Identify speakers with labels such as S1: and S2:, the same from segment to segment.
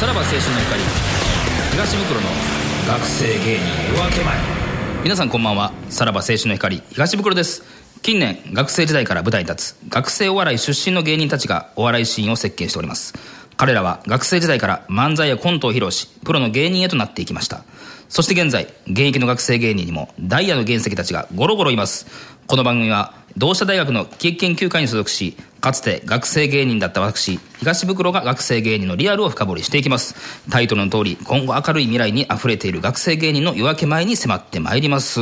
S1: 春の光東袋の学生芸人夜明け前皆さんこんばんはさらば青春の光東袋です近年学生時代から舞台に立つ学生お笑い出身の芸人たちがお笑いシーンを席巻しております彼らは学生時代から漫才やコントを披露しプロの芸人へとなっていきましたそして現在現役の学生芸人にもダイヤの原石たちがゴロゴロいますこの番組は同志社大学の喜劇研究会に所属しかつて学生芸人だった私東袋が学生芸人のリアルを深掘りしていきますタイトルの通り今後明るい未来に溢れている学生芸人の夜明け前に迫ってまいります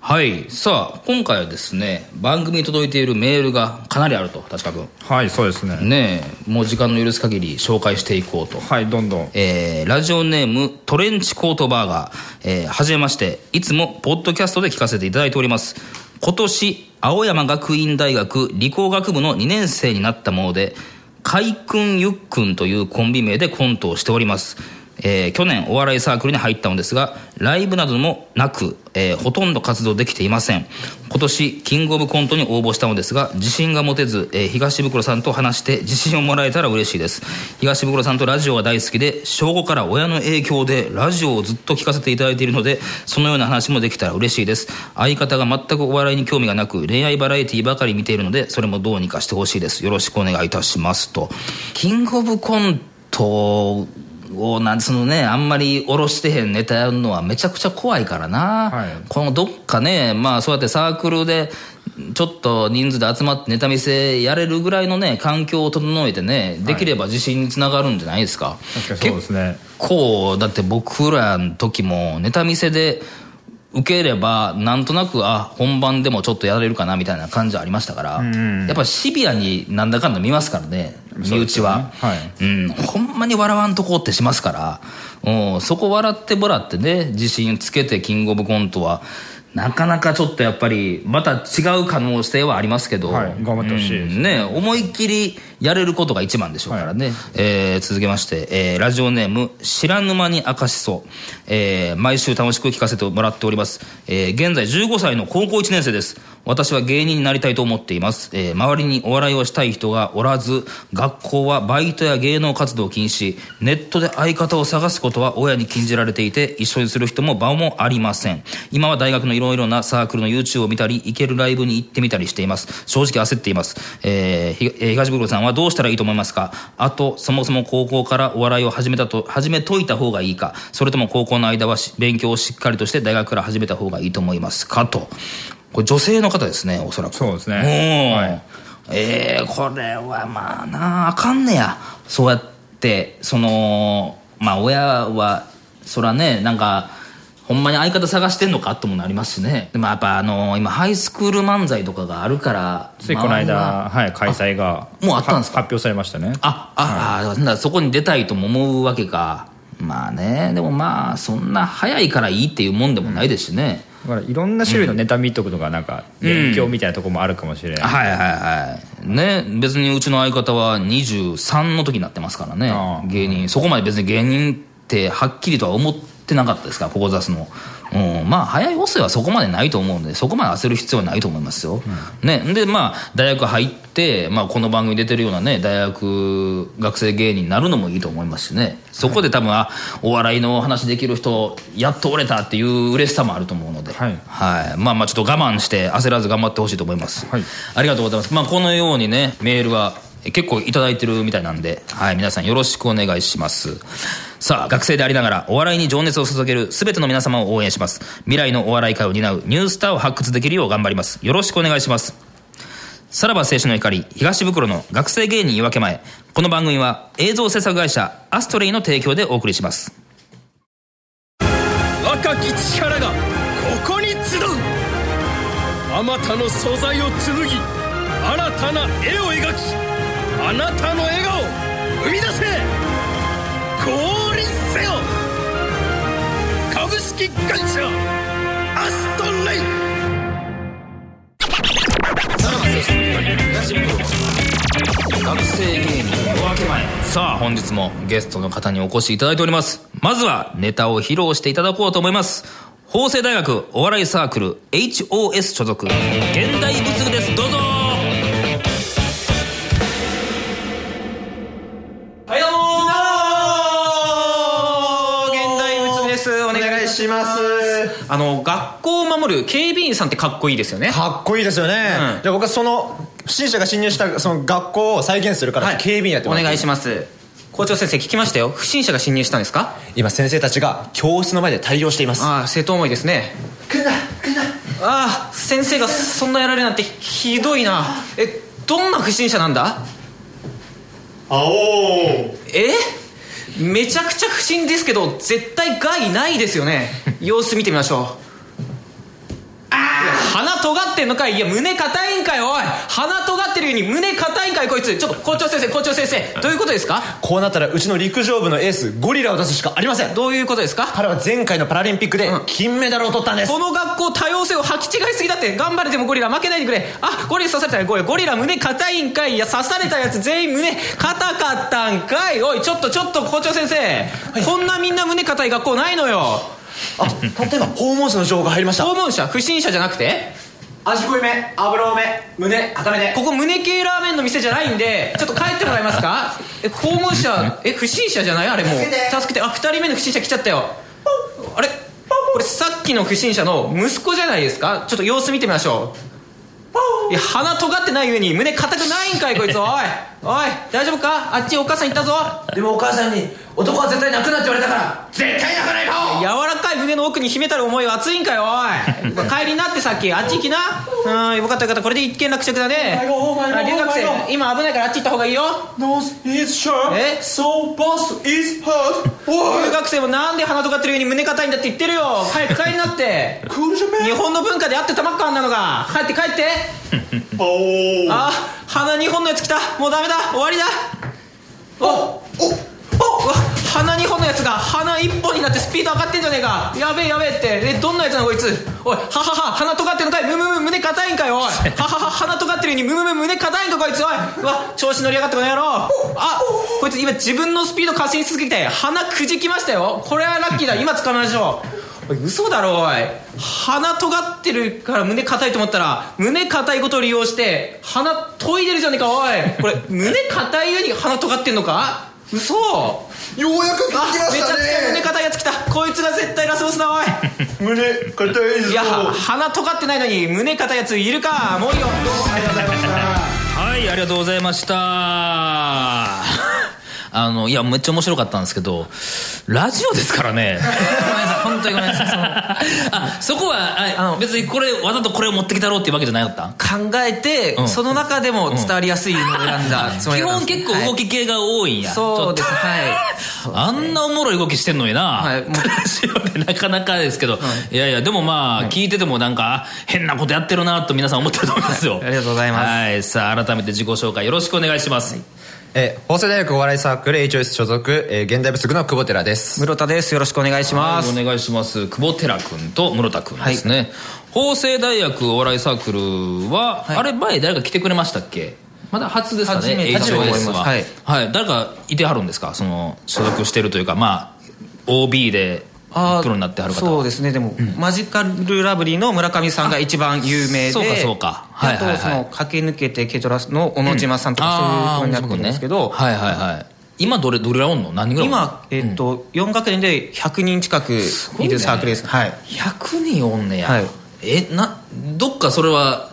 S1: はいさあ今回はですね番組に届いているメールがかなりあると確か君
S2: はいそうですね
S1: ねえもう時間の許す限り紹介していこうと
S2: はいどんどん
S1: えーラジオネームトレンチコートバーガー、えーはじめましていつもポッドキャストで聞かせていただいております今年青山学院大学理工学部の2年生になったもので海くんゆっくんというコンビ名でコントをしておりますえー去年お笑いサークルに入ったのですがライブなどもなく、えーほとんど活動できていません今年キングオブコントに応募したのですが自信が持てず、えー東袋さんと話して自信をもらえたら嬉しいです東袋さんとラジオが大好きで小5から親の影響でラジオをずっと聞かせていただいているのでそのような話もできたら嬉しいです相方が全くお笑いに興味がなく恋愛バラエティばかり見ているのでそれもどうにかしてほしいですよろしくお願いいたしますとキングオブコントをなんそのねあんまり下ろしてへんネタやるのはめちゃくちゃ怖いからな、
S2: はい
S1: このどっかねまあそうやってサークルでちょっと人数で集まってネタ見せやれるぐらいのね環境を整えてねできれば自信につながるんじゃないですか、
S2: 確かにそうですね
S1: こうだって僕らの時もネタ見せで受ければなんとなくあ本番でもちょっとやれるかなみたいな感じはありましたから、
S2: ん
S1: やっぱシビアになんだかんだ見ますからね身内は
S2: そう
S1: う
S2: で
S1: ん、ほんまに笑わんとこってしますから、うん、そこ笑ってもらってね自信つけてキングオブコントはなかなかちょっとやっぱりまた違う可能性はありますけど、
S2: はい頑張ってほしいです
S1: うんね思いっきりやれることが一番でしょうからね、えー続けまして、えーラジオネーム知らぬ間に明かしそう、えー毎週楽しく聞かせてもらっております、えー現在15歳の高校1年生です私は芸人になりたいと思っています、えー周りにお笑いをしたい人がおらず学校はバイトや芸能活動を禁止ネットで相方を探すことは親に禁じられていて一緒にする人も場もありません今は大学のいろいろなサークルの YouTube を見たり行けるライブに行ってみたりしています正直焦っています、えーひえー東袋さんはどうしたらいいと思いますかあとそもそも高校からお笑いを始めたと始めといた方がいいかそれとも高校の間はし勉強をしっかりとして大学から始めた方がいいと思いますかとこれ女性の方ですねおそらく
S2: そうですね
S1: おー
S2: はい
S1: えーこれはまあなああかんねやそうやってそのまあ親はそらねなんかほんまに相方探してんのかともなりますしねでもやっぱあの今ハイスクール漫才とかがあるから
S2: ついこの
S1: 周り
S2: 間、
S1: は
S2: はい、開催が
S1: もうあったんですか
S2: は発表されましたね
S1: ああ、あなんだそこに出たいとも思うわけかまあねでもまあそんな早いからいいっていうもんでもないですしね、
S2: だからいろんな種類のネタ見とくのがなんか勉強みたいなところもあるかもしれない、
S1: はいはいはいね別にうちの相方は23の時になってますからね
S2: ああ
S1: 芸人そこまで別に芸人ってはっきりとは思ってなかったですから志の、うん、まあ早い遅いはそこまでないと思うんでそこまで焦る必要はないと思いますよ、ねでまあ大学入って、まあ、この番組出てるようなね大学学生芸人になるのもいいと思いますしねそこで多分、あお笑いの話できる人やっと折れたっていう嬉しさもあると思うので
S2: はい
S1: はい、まあまあちょっと我慢して焦らず頑張ってほしいと思います、
S2: はい
S1: ありがとうございます、まあ、このようにねメールはえ結構いただいてるみたいなんで、はい、皆さんよろしくお願いしますさあ学生でありながらお笑いに情熱を注げる全ての皆様を応援します未来のお笑い界を担うニュースターを発掘できるよう頑張りますよろしくお願いしますさらば青春の光東袋の学生芸人夜明け前この番組は映像制作会社アストレイの提供でお送りします
S3: 若き力がここに集うあまたの素材を紡ぎ新たな絵を描きあなたの笑顔生み出せ降臨せよ株式会社アストレイ
S1: 学生芸人夜明け前さあ本日もゲストの方にお越しいただいておりますまずはネタを披露していただこうと思います法政大学お笑いサークル HOS 所属現代仏具ですどうぞ
S4: どうもーですお願いしますあの学校を守る警備員さんってかっこいいですよね
S5: かっこいいですよね、
S4: うん
S5: じゃあ僕はその不審者が侵入したその学校を再現するから、
S4: はい
S5: 警備員やって
S4: お
S5: もらって
S4: 願いします校長先生聞きましたよ不審者が侵入したんですか
S5: 今先生たちが教室の前で対応しています
S4: ああ正当思いですね来んな来んなああ先生がそんなやられるなんてひどいなえどんな不審者なんだ
S6: 青
S4: えめちゃくちゃ不審ですけど絶対害ないですよ ね様子見てみましょういや鼻尖ってんのかいいや胸硬いんかいおい鼻尖ってるように胸硬いんかいこいつちょっと校長先生校長先生どういうことですか
S5: こうなったらうちの陸上部のエースゴリラを出すしかありません
S4: どういうことですか
S5: 彼は前回のパラリンピックで
S4: うん
S5: 金メダルを取ったんで す、
S4: この学校多様性を履き違いすぎだって頑張れてもゴリラ負けないでくれあゴリラ刺されたよゴリラゴリラ胸硬いんかいいや刺されたやつ全員胸硬かったんかいおいちょっとちょっと校長先生、こんなみんな胸硬い学校ないのよ
S5: あ例えば訪問者の情報が入りました
S4: 訪問者不審者じゃなくて
S6: 味濃いめ油多め胸固めで
S4: ここ胸系ラーメンの店じゃないんでちょっと帰ってもらえますかえ訪問者え不審者じゃないあれもう
S6: 助けて
S4: 助けてあ2人目の不審者来ちゃったよあれこれさっきの不審者の息子じゃないですかちょっと様子見てみましょういや鼻尖ってない上に胸硬くないんかいこいつおいおい大丈夫かあっちお母さん行ったぞ
S6: でもお母さんに男は絶対泣くなって言われたから絶対泣かない顔
S4: 柔らかい胸の奥に秘めたる思いは熱いんかよお い帰りになってさっきあっち行きなうんよかったよかったこれで一件落着だね
S5: お前が
S4: あ留学
S5: お前
S4: 生今危ないからあっち行った方がいいよ
S5: Nose is sharp
S4: え
S5: So bust is hard お
S4: 留学生もなんで鼻とがってるように胸硬いんだって言ってるよ早く帰りなって
S5: クールジ ャ
S4: 日本の文化であってたまっかあんなのが帰って帰って
S6: お
S4: あ鼻2本のやつ来たもうダメだ終わりだおおおわ鼻2本のやつが鼻1本になってスピード上がってんじゃねえかやべえやべえってえどんなやつなのこいつおいははは鼻尖ってんのかいムムム胸硬いんかいおいははは鼻尖ってるようにムムム胸硬いんかこいつおいうわ調子乗りやがってこの野郎あこいつ今自分のスピード過信し続けて鼻くじきましたよこれはラッキーだ今捕まえましょうおい嘘だろおい鼻尖ってるから胸硬いと思ったら胸硬いことを利用して鼻研いでるじゃねえかおいこれ胸硬い上に鼻尖ってんのか嘘
S5: ようやく
S4: あめちゃくちゃ胸硬いやつ来たこいつが絶対ラスボスだ おい
S5: 胸硬いぞ
S4: いや鼻尖ってないのに胸硬いやついるかもういいよどうもありがとうございました
S1: はいありがとうございました あのいやめっちゃ面白かったんですけどラジオですからね
S4: ごめんなさい 本当にごめんなさいその
S1: あそこは
S4: あ
S1: あ
S4: の
S1: 別にこれわざとこれを持ってきたろうっていうわけじゃなかった
S4: 考えて、
S1: うん
S4: その中でも伝わりやすいのを選んだつもり
S1: 基
S4: だったん
S1: 本
S4: です
S1: 結構動き系が多いんや、
S4: はいそうです
S1: ちょっと
S4: はい
S1: あんなおもろい動きしてんのにな、
S4: はい もう
S1: ラジオでなかなかですけど、い、やいやでもまあ、聞いててもなんかあ変なことやってるなと皆さん思ってると思いますよ、
S4: いありがとうございます
S1: はいさあ改めて自己紹介よろしくお願いします、
S5: えー法政大学お笑いサークル HOS 所属、えー現代部局の久保寺です
S4: 室田ですよろしくお願いします、
S1: はいお願いします久保寺君と室田君ですね、法政大学お笑いサークルは、
S4: はい
S1: あれ前誰か来てくれましたっけまだ初ですか
S4: 初
S1: ね
S4: めて
S1: HOS は
S4: 初めてですはい
S1: はい、誰かいてはるんですかその所属してるというかまあ OB で
S4: あー
S1: プロになってはる方は
S4: そうですねでも、マジカルラブリーの村上さんが一番有名で
S1: そうかそうかはい
S4: あ
S1: はいはい
S4: とその駆け抜けてケトラスの小野島さんとかそういうふうになってるんですけど、
S1: あー面白いねはいはいはい今どれどれぐらいおんの何人ぐらいおんの
S4: 今、えっと4学年で100人近くいるサークルですはい
S1: 100人おんねや、
S4: はい
S1: えなどっかそれは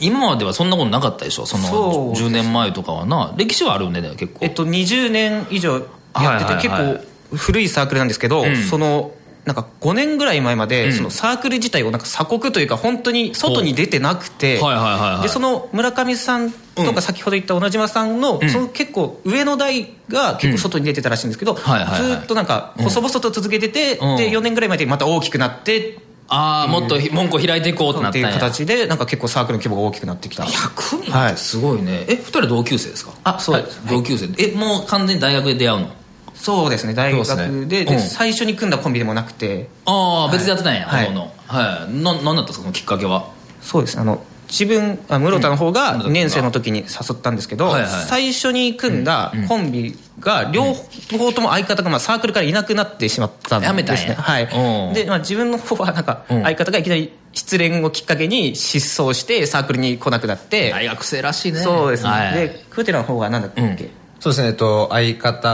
S1: 今まではそんなことなかったでしょその
S4: そうです
S1: 10年前とかはな歴史はあるんね結構
S4: えっと、20年以上やってて、
S1: はいはいはい
S4: 結構古いサークルなんですけど、
S1: ん
S4: そのなんか5年ぐらい前まで、そのサークル自体をなんか鎖国というか本当に外に出てなくて、
S1: ほうはいはいはいはい
S4: でその村上さんと
S1: うん
S4: か先ほど言った小野島さんの,、その結構上の代が結構外に出てたらしいんですけど、ず
S1: はいはいはい
S4: ーっとなんか細々と続けてて、
S1: うん
S4: で4年ぐらい前でまた大きくなって
S1: ああもっと門戸開いていこうってな
S4: っ
S1: ってたん
S4: い
S1: や
S4: う形でなんか結構サークルの規模が大きくなってきた
S1: 100人っ
S4: は
S1: て
S4: い
S1: すごいね、え二人同級生ですか
S4: あそうです
S1: はい同級生えもう完全に大学で出会うの
S4: そうですね大
S5: そうです
S4: 学でで
S1: うん
S4: 最初に組んだコンビでもなくて。
S1: ああ別でやってたんや、
S4: はい
S1: あのはいななんだったんですかそのきっかけは
S4: そうですねあの自分あ室田の方が
S1: うん
S4: 2年生の時に誘ったんですけど、
S1: はいはい
S4: 最初に組んだコンビが両方とも相方がまあサークルからいなくなってしまったんですね
S1: やめたんや
S4: は
S1: うん
S4: いで、まあ、自分の方はなんか
S1: うん
S4: 相方がいきなり失恋をきっかけに失踪してサークルに来なくなって、
S1: 大学生らしいね
S4: そうですね、
S1: はい
S4: でクーテラの方がなんだっけ、
S1: うん
S5: そうですねえっと相方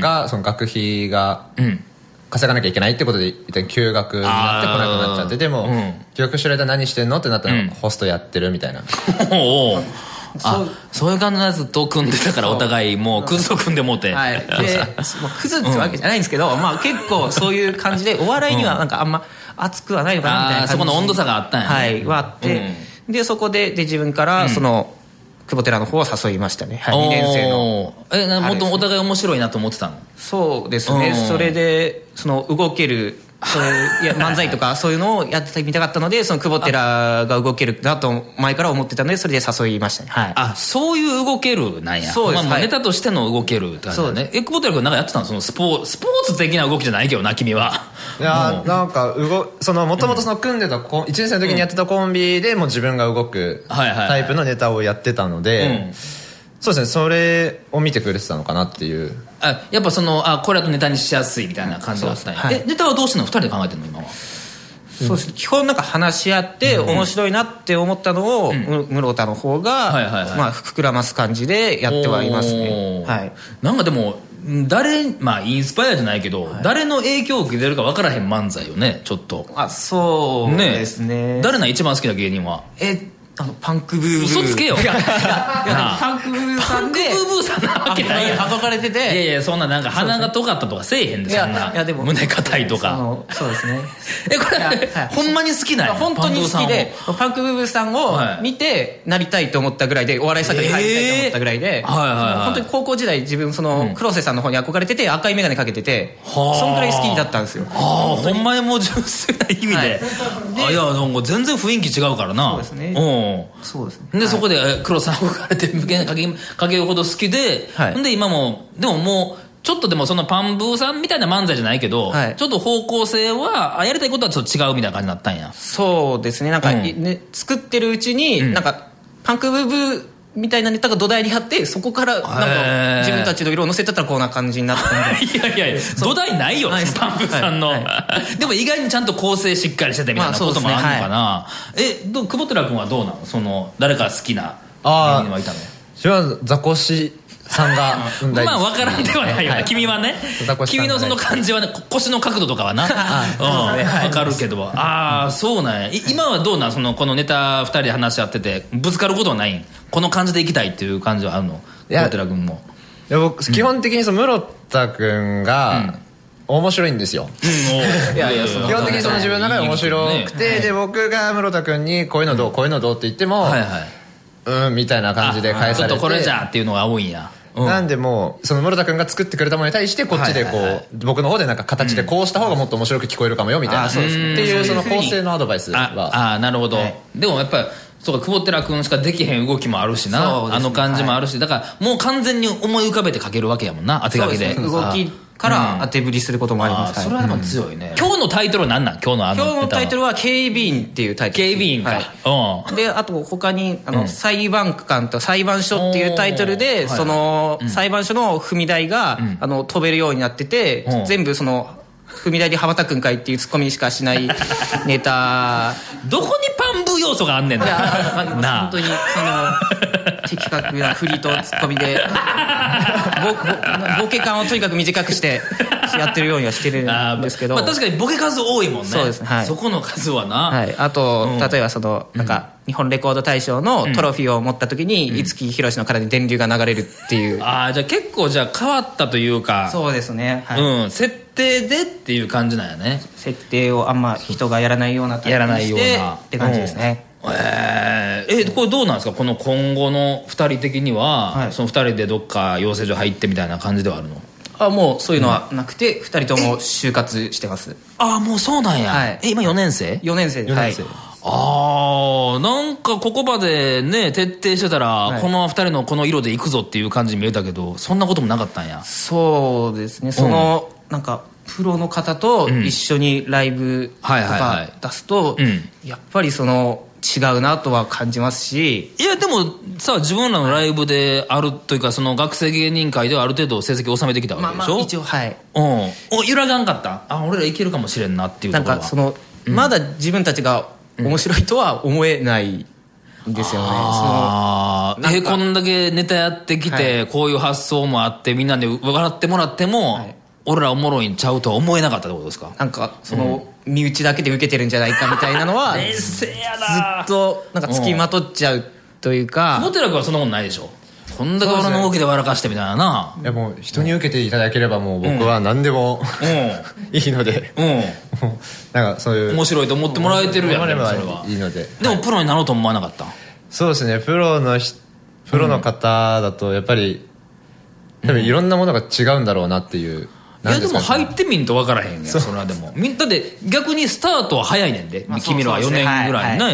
S5: が、その学費が
S1: うん
S5: 稼がなきゃいけないってことで、一旦休学になって来なくなっちゃって、でも、休学してる間何してんのってなったら、ホストやってるみたいな。
S1: おうおうあそういう感じのやつと組んでたからお互いもうクズと組んでもうて、
S4: はい、でまあクズってわけじゃないんですけど、まあ、結構そういう感じでお笑いにはなんかあんま熱くはないのかなみたい
S1: あ
S4: な
S1: ー
S4: 感じ
S1: そこの温度差があったんやね
S4: はいはあって、でそこでで自分からその、久保寺の方を誘いましたね、はい、2年生の
S1: おーえなもっとお互い面白いなと思ってたの
S4: そうですね、
S1: うん
S4: それでその動けるそういうい や漫才とかそういうのをやってみたかったのでその久保寺が動けるなと前から思ってたのでそれで誘いましたねはい
S1: あそういう動けるなんや
S4: そうです
S1: まあまあ
S4: はい
S1: ネタとしての動けるって感じだ
S4: そう
S1: ねえ久保寺君なんかやってたのそのスポースポーツ的な動きじゃないけどな君はい
S5: やーなんか動そのもともとその組んでたコン、1年生の時にやってたコンビでもう自分が動く
S1: はいはいはい
S5: タイプのネタをやってたので、
S1: うん
S5: そうですねそれを見てくれてたのかなっていう
S1: あやっぱそのあこれだとネタにしやすいみたいな感じがあったんや、
S4: はい
S1: えネタはどうしてんの2人で考えてんの今は
S4: そうですね基本なんか話し合って面白いなって思ったのを、む室田の方が、
S1: はいはいはい
S4: まあ、膨らます感じでやってはいますね
S1: お、ー
S4: はい、
S1: なんかでも誰まあインスパイアじゃないけど、誰の影響を受けてるか分からへん漫才よねちょっと
S4: あそうですね
S1: 誰なん一番好きな芸人は
S4: えあのパンクブーブー
S1: 嘘つけよ
S4: いやい
S1: な
S4: や
S1: あ
S4: パンクブーさんで
S1: パンクブーブーさんなわけないやん
S4: 憧れて
S1: いや
S4: て
S1: いやそんななんか鼻が尖ったとかせえへんで
S4: いや
S1: そんない
S4: やでも
S1: 胸硬いと
S4: あ
S1: か
S4: のそうです ね
S1: えこれ、
S4: いやはい
S1: ほんまに好きなんや
S4: 本当に好きで
S1: パン
S4: パンクブーブーさん
S1: はい
S4: を見てなりたいと思ったぐらいでお笑いサークルに入りたいと思ったぐらいで、
S1: えーはいはいはい
S4: 本当に高校時代自分その黒瀬さんの方に憧れてて赤い眼鏡かけてて
S1: はあ
S4: そんぐらい好きだったんですよ
S1: ブさんをああほんまにもう純粋な意味で、
S4: はい
S1: あいやなんか全然雰囲気違うからな
S4: そうですね
S1: うん
S4: そうですね
S1: で、そこでえ黒さん憧れて無限かけかけるほど好きで、
S4: はい
S1: ほんで今もでももうちょっとでもそのパンブーさんみたいな漫才じゃないけど、
S4: はい
S1: ちょっと方向性はあやりたいことはちょっと違うみたいな感じになったんや
S4: そうですねなんか、
S1: うん
S4: いね、作ってるうちに、なんかパンクブーブーみたいなネタが土台にあってそこからな
S1: へ
S4: ん
S1: ー
S4: か自分たちの色を乗せてったらこんな感じになった ん
S1: い
S4: で
S1: やいやいや土台ないよ
S4: ないです
S1: パンブーさんの、
S4: はい
S1: でも意外にちゃんと構成しっかりしててみたい
S4: ま
S1: な
S4: あそう
S1: こと
S4: です
S1: も
S4: ね
S1: あるのかな、えどう久保寺君はどうなのその誰か好きな
S5: あー
S1: 芸人はいたの
S5: それはザコシさんがうん 大
S1: まあ
S5: 好き
S1: 分からんではないよね君はね
S5: ザコシさ
S1: 君
S5: んが
S1: の
S5: ね
S1: その感じはねこ腰の角度とかは な分かるけどああそうなんやい今はどうなんそのこのネタ2人で話し合っててぶつかることはないんこの感じでいきたいっていう感じはあるの
S5: いや
S1: 小寺君も
S5: で僕基本的にその室田君が面白いんですよ、
S1: いやいやそ
S5: 基本的にその自分の中で面白くて、で僕が室田君にこういうのどう、こういうのどうって言っても、
S1: はいはい
S5: うんみたいな感じで返され
S1: あち
S5: て
S1: ょっとこれじゃっていうのが多いんやうん
S5: なんでもうその室田君が作ってくれたものに対してこっちでこう、
S1: はいはいは
S5: 僕の方でなんか形でこうした方がもっと面白く聞こえるかもよみたいな、
S4: あそうですね
S5: っていうその
S1: そういうふう
S5: 構
S1: に
S5: 成のアドバイスは
S1: ああなるほど、でもやっぱりそうか久保寺君しかできへん動きもあるしな、
S4: そうで
S1: あ
S4: すね
S1: の感じもあるし、だからもう完全に思い浮かべてかけるわけやもんな当て書きで
S4: そうですね動きから当て振りすることもあります、
S1: あーそれ
S4: はい
S1: はでも強いね、今日のタイトルは何なん今日のあの
S4: 今日のタイトル
S1: は
S4: は警備員っていうタイトル
S1: 警
S4: です
S1: 備員か、
S4: はいであと他にあの、裁判官と裁判所っていうタイトル
S1: おー
S4: で、
S1: はい
S4: その、裁判所の踏み台が、あの飛べるようになってて、
S1: うん
S4: 全部その踏み台で羽ばたくんかいっていうツッコミしかしない ネタ
S1: うんどこにパンブー要素があんねん
S4: い
S1: な
S4: やあの
S1: な
S4: 本当にその的確な振りとツッコミ で ぼぼボケ感をとにかく短くしてやってるようにはしてる
S1: あ
S4: ん
S1: ー
S4: ですけ ど
S1: まあ、確かにボケ数多いもんね
S4: そうですねはい
S1: そこの数はな、
S4: はい、あと、
S1: うん
S4: 例えばそのなんか、日本レコード大賞のトロフィーを持った時に五木ひろしの体に電流が流れるっていう、
S1: ああじゃあ結構じゃあ変わったというか
S4: そうですね、はい
S1: うん設定でっていう感じなんやね
S4: 設定をあんま人がやらないようなタ
S1: や
S4: イプにして
S1: らないような
S4: って感じです
S1: え
S4: ね、
S1: ーえこれどうなんですかこの今後の2人的には、
S4: はい
S1: その2人でどっか養成所入ってみたいな感じではあるの
S4: あもうそういうのはなくて、二人とも就活してます
S1: ああもうそうなんや、
S4: はい
S1: え今4年生
S4: 4年生ではい
S1: ああなんかここまでね徹底してたら、
S4: い
S1: このまま2人のこの色でいくぞっていう感じに見えたけどそんなこともなかったんや
S4: そうですねその、なんかプロの方と一緒にライブと
S1: はいはいは
S4: か
S1: い
S4: 出すと、
S1: うん
S4: やっぱりその違うなとは感じますし
S1: いやでもさ自分らのライブであるというかその学生芸人会ではある程度成績を収めてきたわ
S4: まあ
S1: けで
S4: ま
S1: しょ、
S4: あ一応はい
S1: うんお揺らがんかったあ俺らいけるかもしれんなっていう
S4: な
S1: と
S4: ん
S1: ころは
S4: かその、まだ自分たちが面白いとは思えないんですよね、その
S1: ああ、えーこんだけネタやってきて、こういう発想もあってみんなで笑ってもらっても、
S4: はい
S1: 俺らおもろいんちゃうとは思えなかったってことですか
S4: なんかその身内だけで受けてるんじゃないかみたいな のはずっとなんかつきまとっちゃうという
S1: モ
S4: か
S1: テラ君はそんなことないでしょこんだけ俺の動きで笑かしてみたいなない
S5: やもう人に受けていただければもう僕は何でも、 いい ので、
S1: うんうん
S5: もうなんかそういう
S1: 面白いと思ってもらえてるやん
S5: 思
S1: そ
S5: わ
S1: れ
S5: れば
S1: はい
S5: いので
S1: でもプロになろうとも思わなかった
S5: そうですねプロのひプロの方だとやっぱり、多分いろんなものが違うんだろうなっていう、
S1: いやでも入
S5: い
S1: ってみんと分からへんやんそれはでもみんだって逆にスタートは早いねんで、君らは4
S4: そうそうですね
S1: 年ぐらいね、
S4: は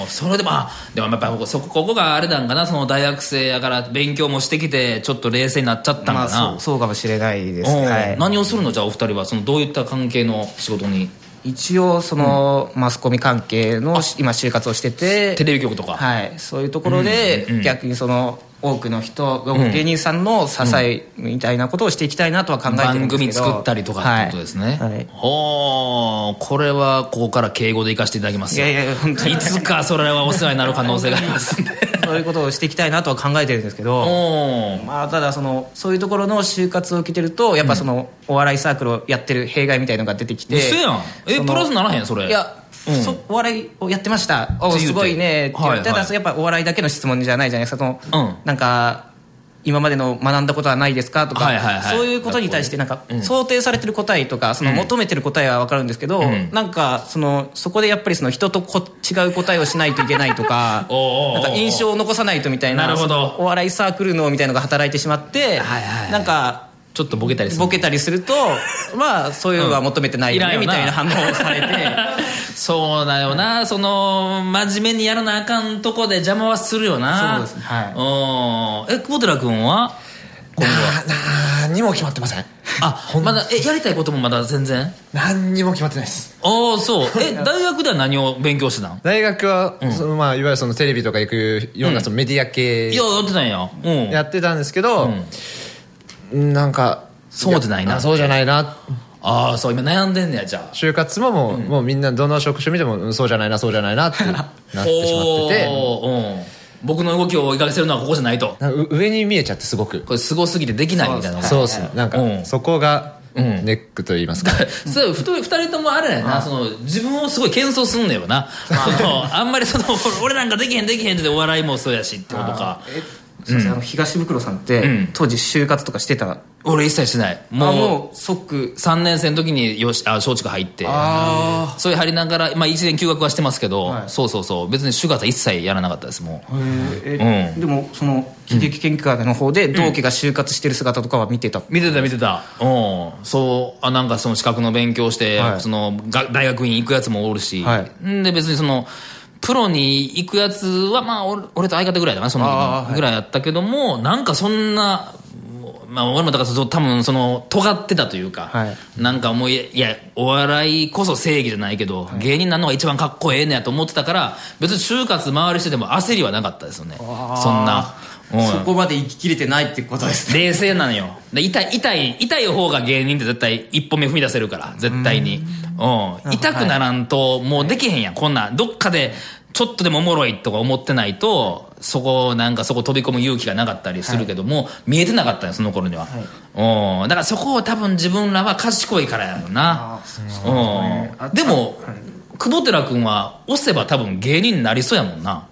S1: うんそれでもあでもやっぱそこここがあれなんかなその大学生やから勉強もしてきてちょっと冷静になっちゃったんかな、
S4: まあそうそうかもしれないです
S1: うん
S4: はい
S1: 何をするのじゃあお二人はそのどういった関係の仕事に
S4: 一応そのマスコミ関係の今就活をしてて
S1: テレビ局とか、
S4: はい、そういうところで逆にその多くの人、芸人さんの支えみたいなことをしていきたいなとは考えてる
S1: 番
S4: んですけ
S1: 組
S4: ど
S1: 作ったりとかってことですね、
S4: はいはい
S1: ほーこれはここから敬語で行かせていただきます
S4: いやいや本当に
S1: いつかそれはお世話になる可能性がありますんで
S4: そういうことをしていきたいなとは考えてるんですけ
S1: お
S4: ど、
S1: ー
S4: まあ、ただそのそういうところの就活を受けてるとやっぱそのお笑いサークルをやってる弊害みたいのが出てきて
S1: 嘘やんえ
S4: その
S1: プラスならへんそれ
S4: いや、
S1: うん
S4: そお笑いをやってましたお
S1: って言うて
S4: すごいねって言って、
S1: はいはい
S4: ただやっぱお笑いだけの質問じゃないじゃないですかその、
S1: うん
S4: なんか今までの学んだことはないですかとか、
S1: はいはいはい
S4: そういうことに対してなんか想定されてる答えとかその求めてる答えは分かるんですけど、
S1: ん
S4: なんかそのそこでやっぱりその人とこ違う答えをしないといけないとか
S1: おうおうおうおう
S4: なんか印象を残さないとみたいな
S1: なるほど
S4: そのお笑いサークルのみたいなのが働いてしまって、
S1: はいはい
S4: なんか
S1: ちょっとボケたりする
S4: ボケたりするとまあそういうのは求めてないよね、
S1: うん い
S4: み
S1: らん
S4: た
S1: よ
S4: い
S1: な
S4: な反応をされて。
S1: そうだよな、その真面目にやらなあかんとこで邪魔はするよな
S4: そうですね
S1: はいえ久保寺君は今後は
S5: 何にも決まってません
S1: あまだえやりたいこともまだ全然
S5: 何にも決まってないです
S1: ああそうえ大学では何を勉強してたん
S5: 大学は、そのまあ、いわゆるそのテレビとか行くようなそのメディア系
S1: いややってたんやうん
S5: やってたんですけど、なんか
S1: そうじゃないな
S5: あそうじゃないな
S1: ああそう今悩んでんねやじゃあ
S5: 就活ももう,、もうみんなどの職種見てもうんそうじゃないなそうじゃないなってな ってしまってて
S1: おーうん僕の動きを追いかけせるのはここじゃないと
S5: なんかう上に見えちゃってすごく
S1: これすごすぎてできないみたいな
S5: そうですねなんか、
S1: うん
S5: そこがネックと言いますか、
S1: そう二人ともあれやなその自分をすごい謙遜すんねよなそのあんまりその 俺なんかできへんできへんってお笑いもそうやしってことか
S4: すいませんあの東袋さんって、
S1: うん
S4: 当時就活とかしてた
S1: 俺一切しない
S4: もう
S1: も
S4: もう即
S1: う3年生の時によしあ松竹入ってそういう入りながら、まあ、1年休学はしてますけど、そうそうそう別に就活は一切やらなかったですもう
S4: え
S1: うん
S4: でもその喜劇研究会の方で同期が就活してる姿とかは見てた、
S1: 見てた見てたうんそうあなんかその資格の勉強して、
S4: はい
S1: そのが大学院行くやつもおるし、
S4: は
S1: んで別にそのプロに行くやつはまあ俺俺と相方ぐらいだなその時の
S4: あーはい
S1: ぐらいやったけどもなんかそんなまあ俺もだからそう多分その尖ってたというか、
S4: はい
S1: なんかもういやいやお笑いこそ正義じゃないけど、芸人なんのが一番かっこええねやと思ってたから別に就活回りしてても焦りはなかったですよねそんな、うん
S4: そこまで行ききれてないってことですね
S1: 冷静なのよで痛い痛い痛い方が芸人って絶対一歩目踏み出せるから絶対にうん痛くならんともうできへんやんこんなんどっかでちょっとでもおもろいとか思ってないとそこなんかそこ飛び込む勇気がなかったりするけども、見えてなかったよその頃には、うんだからそこを多分自分らは賢いからやろなうんでも久保寺君は押せば多分芸人になりそうやもんな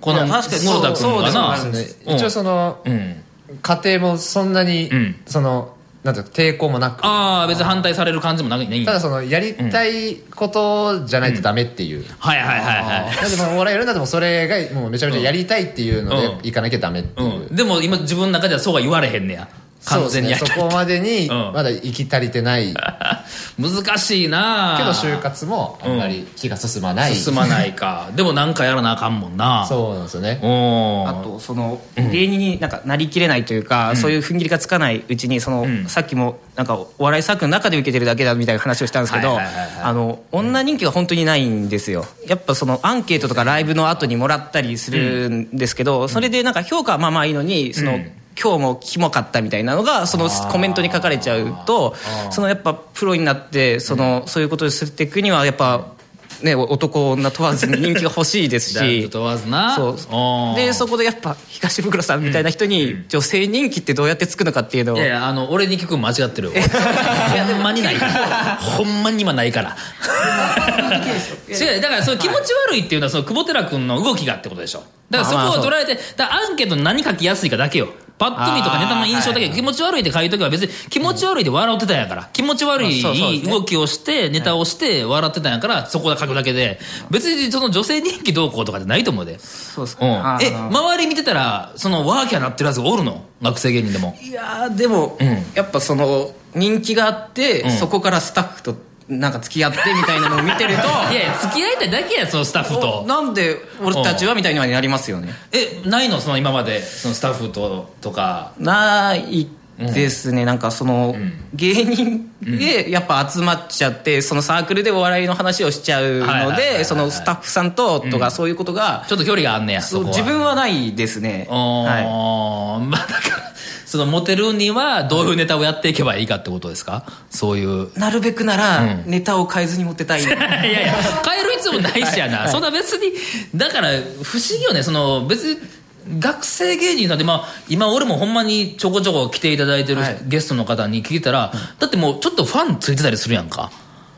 S1: この
S4: いや確かに
S1: 室田君がな
S4: そうそうです
S1: うん
S5: 一応その、
S1: うん
S5: 家庭もそんなに、
S1: ん
S5: そのなんていうか抵抗もなく
S1: ああ別に反対される感じもなくね
S5: ただそのやりたいことじゃないとダメっていう、
S1: はいはいはいはい
S5: なんでまあお笑いやるんだってもうそれがもうめちゃめちゃやりたいっていうの
S1: うん
S5: で行かなきゃダメっていう、
S1: うん、でも今自分の中ではそうは言われへんねや完全にや
S5: そう
S1: り
S5: です
S1: た
S5: ね、そ
S1: い
S5: こまでに
S1: うん
S5: まだ行き足りてない、
S1: 難しいな
S5: けど就活もあんまり気が進まない、
S1: 進まないかでもなんかやらなあかんもんな
S5: そうなんですよね、
S1: お
S4: あとその芸人になんかなりきれないというか、そういう踏ん切りがつかないうちにその、
S1: ん
S4: さっきもなんかお笑いサークルの中で受けてるだけだみたいな話をしたんですけど
S1: はいはいはいはい
S4: あの女人気が本当にないんですよやっぱそのアンケートとかライブの後にもらったりするんですけど、それでなんか評価はまあまあいいのにその、今日もキモかったみたいなのがそのコメントに書かれちゃうとそのやっぱプロになってその、そういうことをするっていくにはやっぱね、お男女問わず人気が欲しいですし
S1: 問わず な
S4: そうでそ
S1: こ
S4: こでやっぱ東袋さんみたいな人に女性人気ってどうやってつくのかっていうのを
S1: いやいやあの俺に聞く間違っ てるよほんまにないからほんまに今ないから違うだからその気持ち悪いっていうのはその久保寺君の動きがってことでしょだから
S4: まあまあ
S1: そこを捉えてだからアンケートに何書きやすいかだけよパッと見とかネタの印象だけ気持ち悪いって書いとけば別に気持ち悪いで笑ってたんやから気持ち悪い
S4: まあそうそうですね
S1: 動きをしてネタをして笑ってたんやからそこで書くだけで別にその女性人気どうこうとかじゃないと思うで
S4: そうです
S1: うん
S4: あ
S1: え周り見てたらそのワーキャーなってるやつおるの学生芸人でも
S4: いやーでも、
S1: ん
S4: やっぱその人気があって、
S1: ん
S4: そこからスタッフとなんか付き合ってみたいなのを見てると
S1: いやいや付き合いたいだけやそのスタッフ
S4: お
S1: と
S4: なんで俺たちはみたいにはなりますよね
S1: えないのその今までそのスタッフととか
S4: ないですね、なんかその、芸人でやっぱ集まっちゃってそのサークルでお笑いの話をしちゃ
S1: はいはい
S4: うの
S1: はいはい
S4: でそのスタッフさんととかそういうことが、
S1: ちょっと距離があんねや
S4: そ
S1: そうこは
S4: 自分はないですね、は
S1: おーまあだからそのモテるにはどういうネタをやっていけばいいかってことですかそう いう
S4: い、なるべくならネタを変えずに持って たい、
S1: いやいや変える必要もないしやなそんな別にだから不思議よねその別に学生芸人なんて、まあ、今俺もほんまにちょこちょこ来ていただいてる
S4: はい
S1: ゲストの方に聞いたら、だってもうちょっとファンついてたりするやんか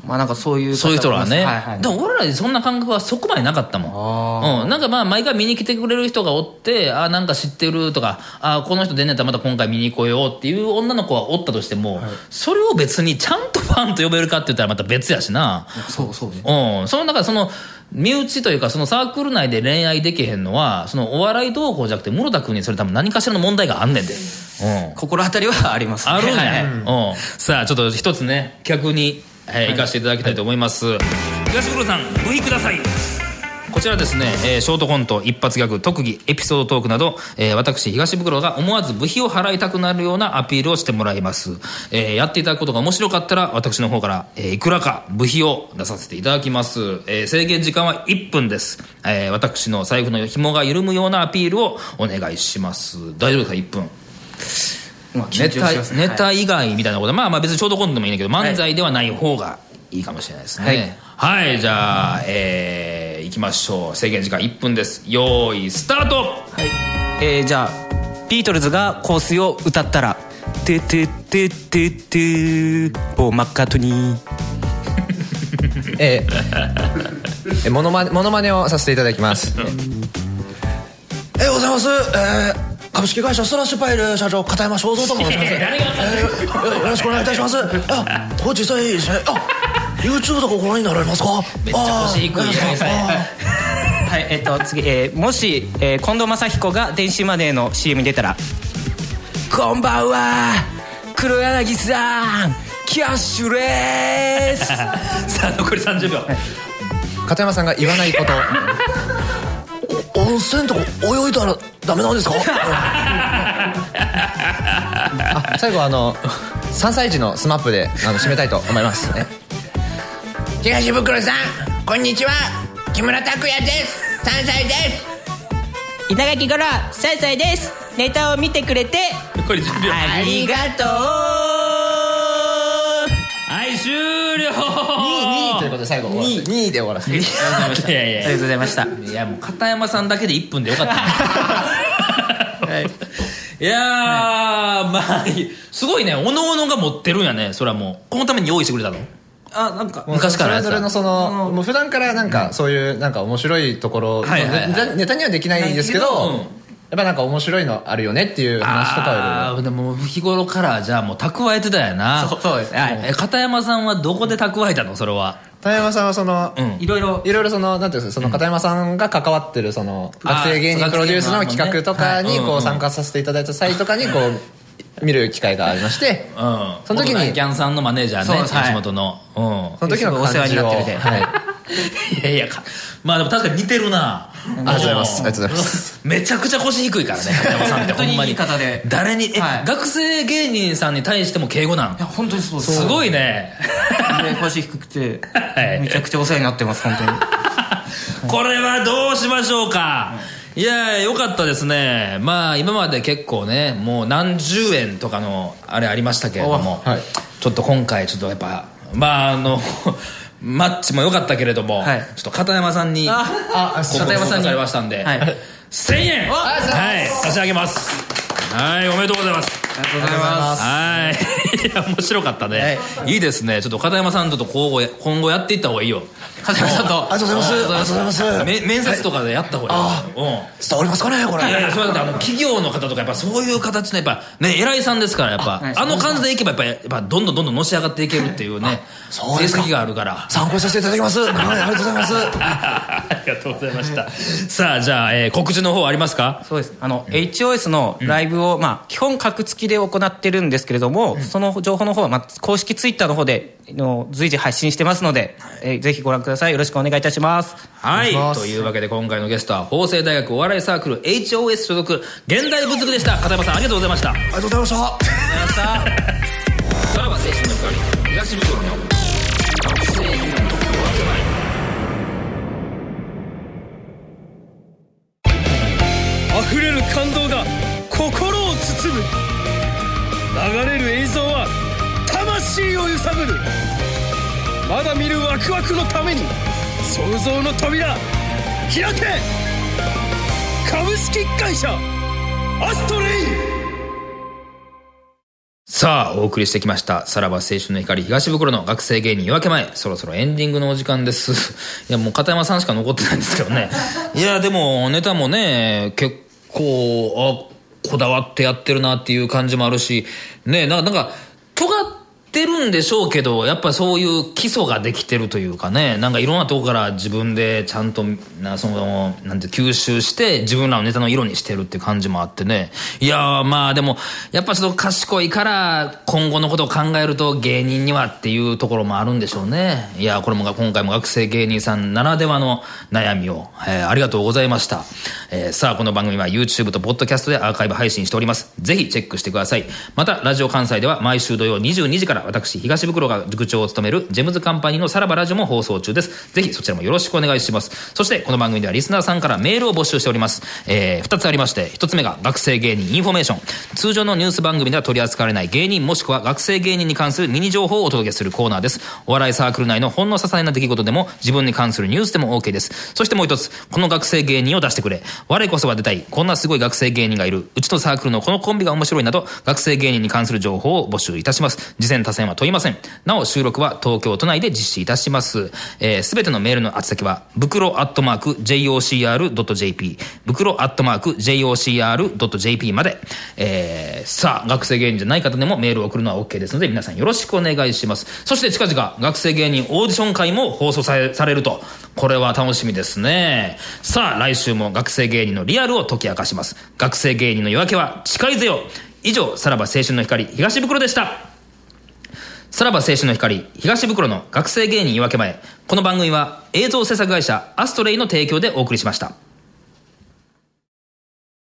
S4: まあなんかそういう方
S1: そういう人らはね、
S4: はいはい
S1: でも俺らにそんな感覚はそこまでなかったもん、うん、なんかまあ毎回見に来てくれる人がおってあなんか知ってるとかあこの人出んねやったらまた今回見に来ようっていう女の子はおったとしても、それを別にちゃんとファンと呼べるかって言ったらまた別やし な
S4: そうそうね
S1: うん、そのだからその身内というかそのサークル内で恋愛できへんのはそのお笑い同行じゃなくて室田君にそれ多分何かしらの問題があんねんで、うん、
S4: 心当たりはありますね
S1: あるん
S4: はい
S1: や、うん、さあちょっと一つね企画に、えー行かせていただきたいと思います、東黒さん V くださいこちらですね、えーショートコント一発ギャグ特技エピソードトークなど、えー私東袋が思わず部費を払いたくなるようなアピールをしてもらいます、えーやっていただくことが面白かったら私の方から、えーいくらか部費を出させていただきます、えー制限時間は1分です、えー私の財布の紐が緩むようなアピールをお願いします大丈夫ですか1分
S4: まあ
S1: ネ
S4: 緊張
S1: タ
S4: しますね
S1: ネタ以外みたいなことまあまあ別にショートコントでもいいんだけど漫才ではない方がいいかもしれないですねはい、じゃあえー、いきましょう制限時間1分です用意スタート
S4: はいえーじゃあビートルズが香水を歌ったら「トゥトゥトゥトゥトゥボー・マッカートニー
S5: えーえモノマネモノマネをさせていただきます
S6: えー、ございます、えー、株式会社ストラッシュパイル社長片山正蔵と申します、えー、よろしくお願いいたしますあこれ実際いいですねあ YouTube とかご覧になられますかめっち
S1: ゃ腰低いねそれ
S4: はいえっ、と次、えーもし、えー近藤真彦が電子マネーの CM に出たら「こんばんは黒柳さんキャッシュレス」
S1: さあ残り30秒
S5: 片山さんが言わないこと
S6: 温泉とか泳いだらダメなんですか
S5: あ最後あの3歳児のスマップであの締めたいと思いますね
S6: 東袋さんこんにちは木村拓哉です3歳です
S4: 稲垣吾郎3歳ですネタを見てくれて
S1: 残り10秒
S4: ありがとう
S1: はい終了
S5: 2位ということで最後2位で終わらせて
S1: いやいや
S4: ありがとうございました
S1: いやもう片山さんだけで1分でよ かった、い、やー、まあいいすごいねおのおのが持ってるんやねそれはもうこのために用意してくれたの
S4: あなんか
S1: 昔からのやつ
S5: それぞれのそのもう普段からなんかそういうなんか面白いところ、
S1: はいはいはい
S5: ネタネタにはできないんですけど、
S1: ないけどうん
S5: やっぱなんか面白いのあるよねっていう話とかをいろいろ
S1: ああーでも日頃からじゃあもう蓄えてたんやな
S4: そうそうですねはい
S1: え片山さんはどこで蓄えたのそれは
S5: 片山さんはその、
S1: うん
S4: いろいろ
S5: いろいろそのなんていうんですかその片山さんが関わってるその
S1: あー
S5: 学生芸人プロデュースの企画とか
S1: はい
S5: に
S1: うんうん
S5: こ
S1: う
S5: うん参加させていただいた際とかにこう見る機会がありまして
S1: うん
S5: その時に
S1: 元大キャンさんのマネージャー
S4: そう
S1: ね
S4: ですはい
S1: 橋本の、
S5: その時の感じを
S4: お世話になってるで
S5: はい、
S1: うんいやいやかまあでも確かに似てるな
S5: ありがとうございますありがとうございます
S1: めちゃくちゃ腰低いからね片山さんってほんまに
S4: 本当にいい方で
S1: 誰にえ、
S4: はい
S1: 学生芸人さんに対しても敬語なん
S4: いや本当にそうです
S1: す
S4: い
S1: ごいね
S4: 腰低くて
S1: はい
S4: めちゃくちゃお世話になってます本当に
S1: これはどうしましょうか、いやよかったですねまあ今まで結構ねもう何十円とかのあれありましたけれども、
S5: はい
S1: ちょっと今回ちょっとやっぱまああの マッチも良かったけれども、
S4: はい
S1: ちょっと片山さんに
S7: あ
S8: あ
S1: 片
S7: 山さんに
S1: されましたんで、
S4: はい
S1: 1000円
S7: おありがとうござ
S1: はいい
S7: ま
S1: 差し上げますはいおめでとうございます
S4: ありがとうございます
S1: はい いや面白かったね、い、いですねちょっと片山さんと今後や今後やっていった方がいいよ
S7: 片山さんと
S6: ありがとうございます。ありがとうございます。
S1: め面接とかでやった方がいい、うん
S6: 伝わりますかね、これ。
S1: いやいや、そうだってあの企業の方とか、やっぱそういう形の、やっぱね、偉いさんですから、やっぱ、あの感じでいけば、やっぱ、やっぱどんどんどんどんのし上がっていけるっていうね、
S6: そうですか
S1: 成績があるから。
S6: 参考にさせていただきます。はいありがとうございます。
S1: あありがとうございました。 さあ、じゃあ、えー告知の方ありますか
S4: そうですあの、HOS のライブを、まあ、基本格付きで行ってるんですけれども、その情報の方は、まあ、公式ツイッターの方であの随時発信してますので、えーぜひご覧くださいよろしくお願いいたします
S1: は
S8: お願い
S1: い
S8: しま。す
S1: というわけで、今回のゲストは、法政大学お笑いサークル HOS 所属、現代仏具でした。片山さん、ありがとうございました。
S6: ありがとうございました。
S1: さらば青春 の光、東袋の学生ユニットお笑い
S3: 溢れる感動が心を包む流れる映像は魂を揺さぶるまだ見るワクワクのために想像の扉開け株式会社アストレイン
S1: さあ、お送りしてきました。さらば青春の光東袋の学生芸人夜明け前。そろそろエンディングのお時間です。 いや、もう片山さんしか残ってないんですけどね。いや、でもネタもね、結構、あ、こだわってやってるなっていう感じもあるし、ね、なんか、なんか、尖ってるんでしょうけど、やっぱそういう基礎ができてるというかね、なんかいろんなとこから自分でちゃんと、な、その、なんて吸収して、自分らのネタの色にしてるって感じもあってね。いやー、まあでも、やっぱちょっと賢いから、今後のことを考えると芸人にはっていうところもあるんでしょうね。いやー、これもが今回も学生芸人さんならではの悩みを、えーありがとうございました。えーさあ、この番組は YouTube と Podcast でアーカイブ配信しております。ぜひチェックしてください。また、ラジオ関西では毎週土曜22時から私、東袋が塾長を務めるジェムズカンパニーのさらばラジオも放送中です。ぜひそちらもよろしくお願いします。そして、この番組ではリスナーさんからメールを募集しております。えー、二つありまして、一つ目が学生芸人インフォメーション。通常のニュース番組では取り扱われない芸人もしくは学生芸人に関するミニ情報をお届けするコーナーです。お笑いサークル内のほんの些細な出来事でも自分に関するニュースでも OK です。そしてもう一つ、この学生芸人を出してくれ。我こそは出たい。こんなすごい学生芸人がいる。うちのサークルのこのコンビが面白いなど、学生芸人に関する情報を募集いたします。事前他選は問いません。なお、収録は東京都内で実施いたします。えー、すべてのメールの宛先は、袋アットマーク JOCR.JP、袋アットマーク JOCR.JP まで。えー、さあ、学生芸人じゃない方でもメールを送るのは OK ですので、皆さんよろしくお願いします。そして近々、学生芸人オーディション会も放送されされると。これは楽しみですね。さあ、来週も学生芸人のリアルを解き明かします。学生芸人の夜明けは近いぜよ以上、さらば青春の光、東袋でした。さらば青春の光東袋の学生芸人夜明け前この番組は映像制作会社アストレイの提供でお送りしました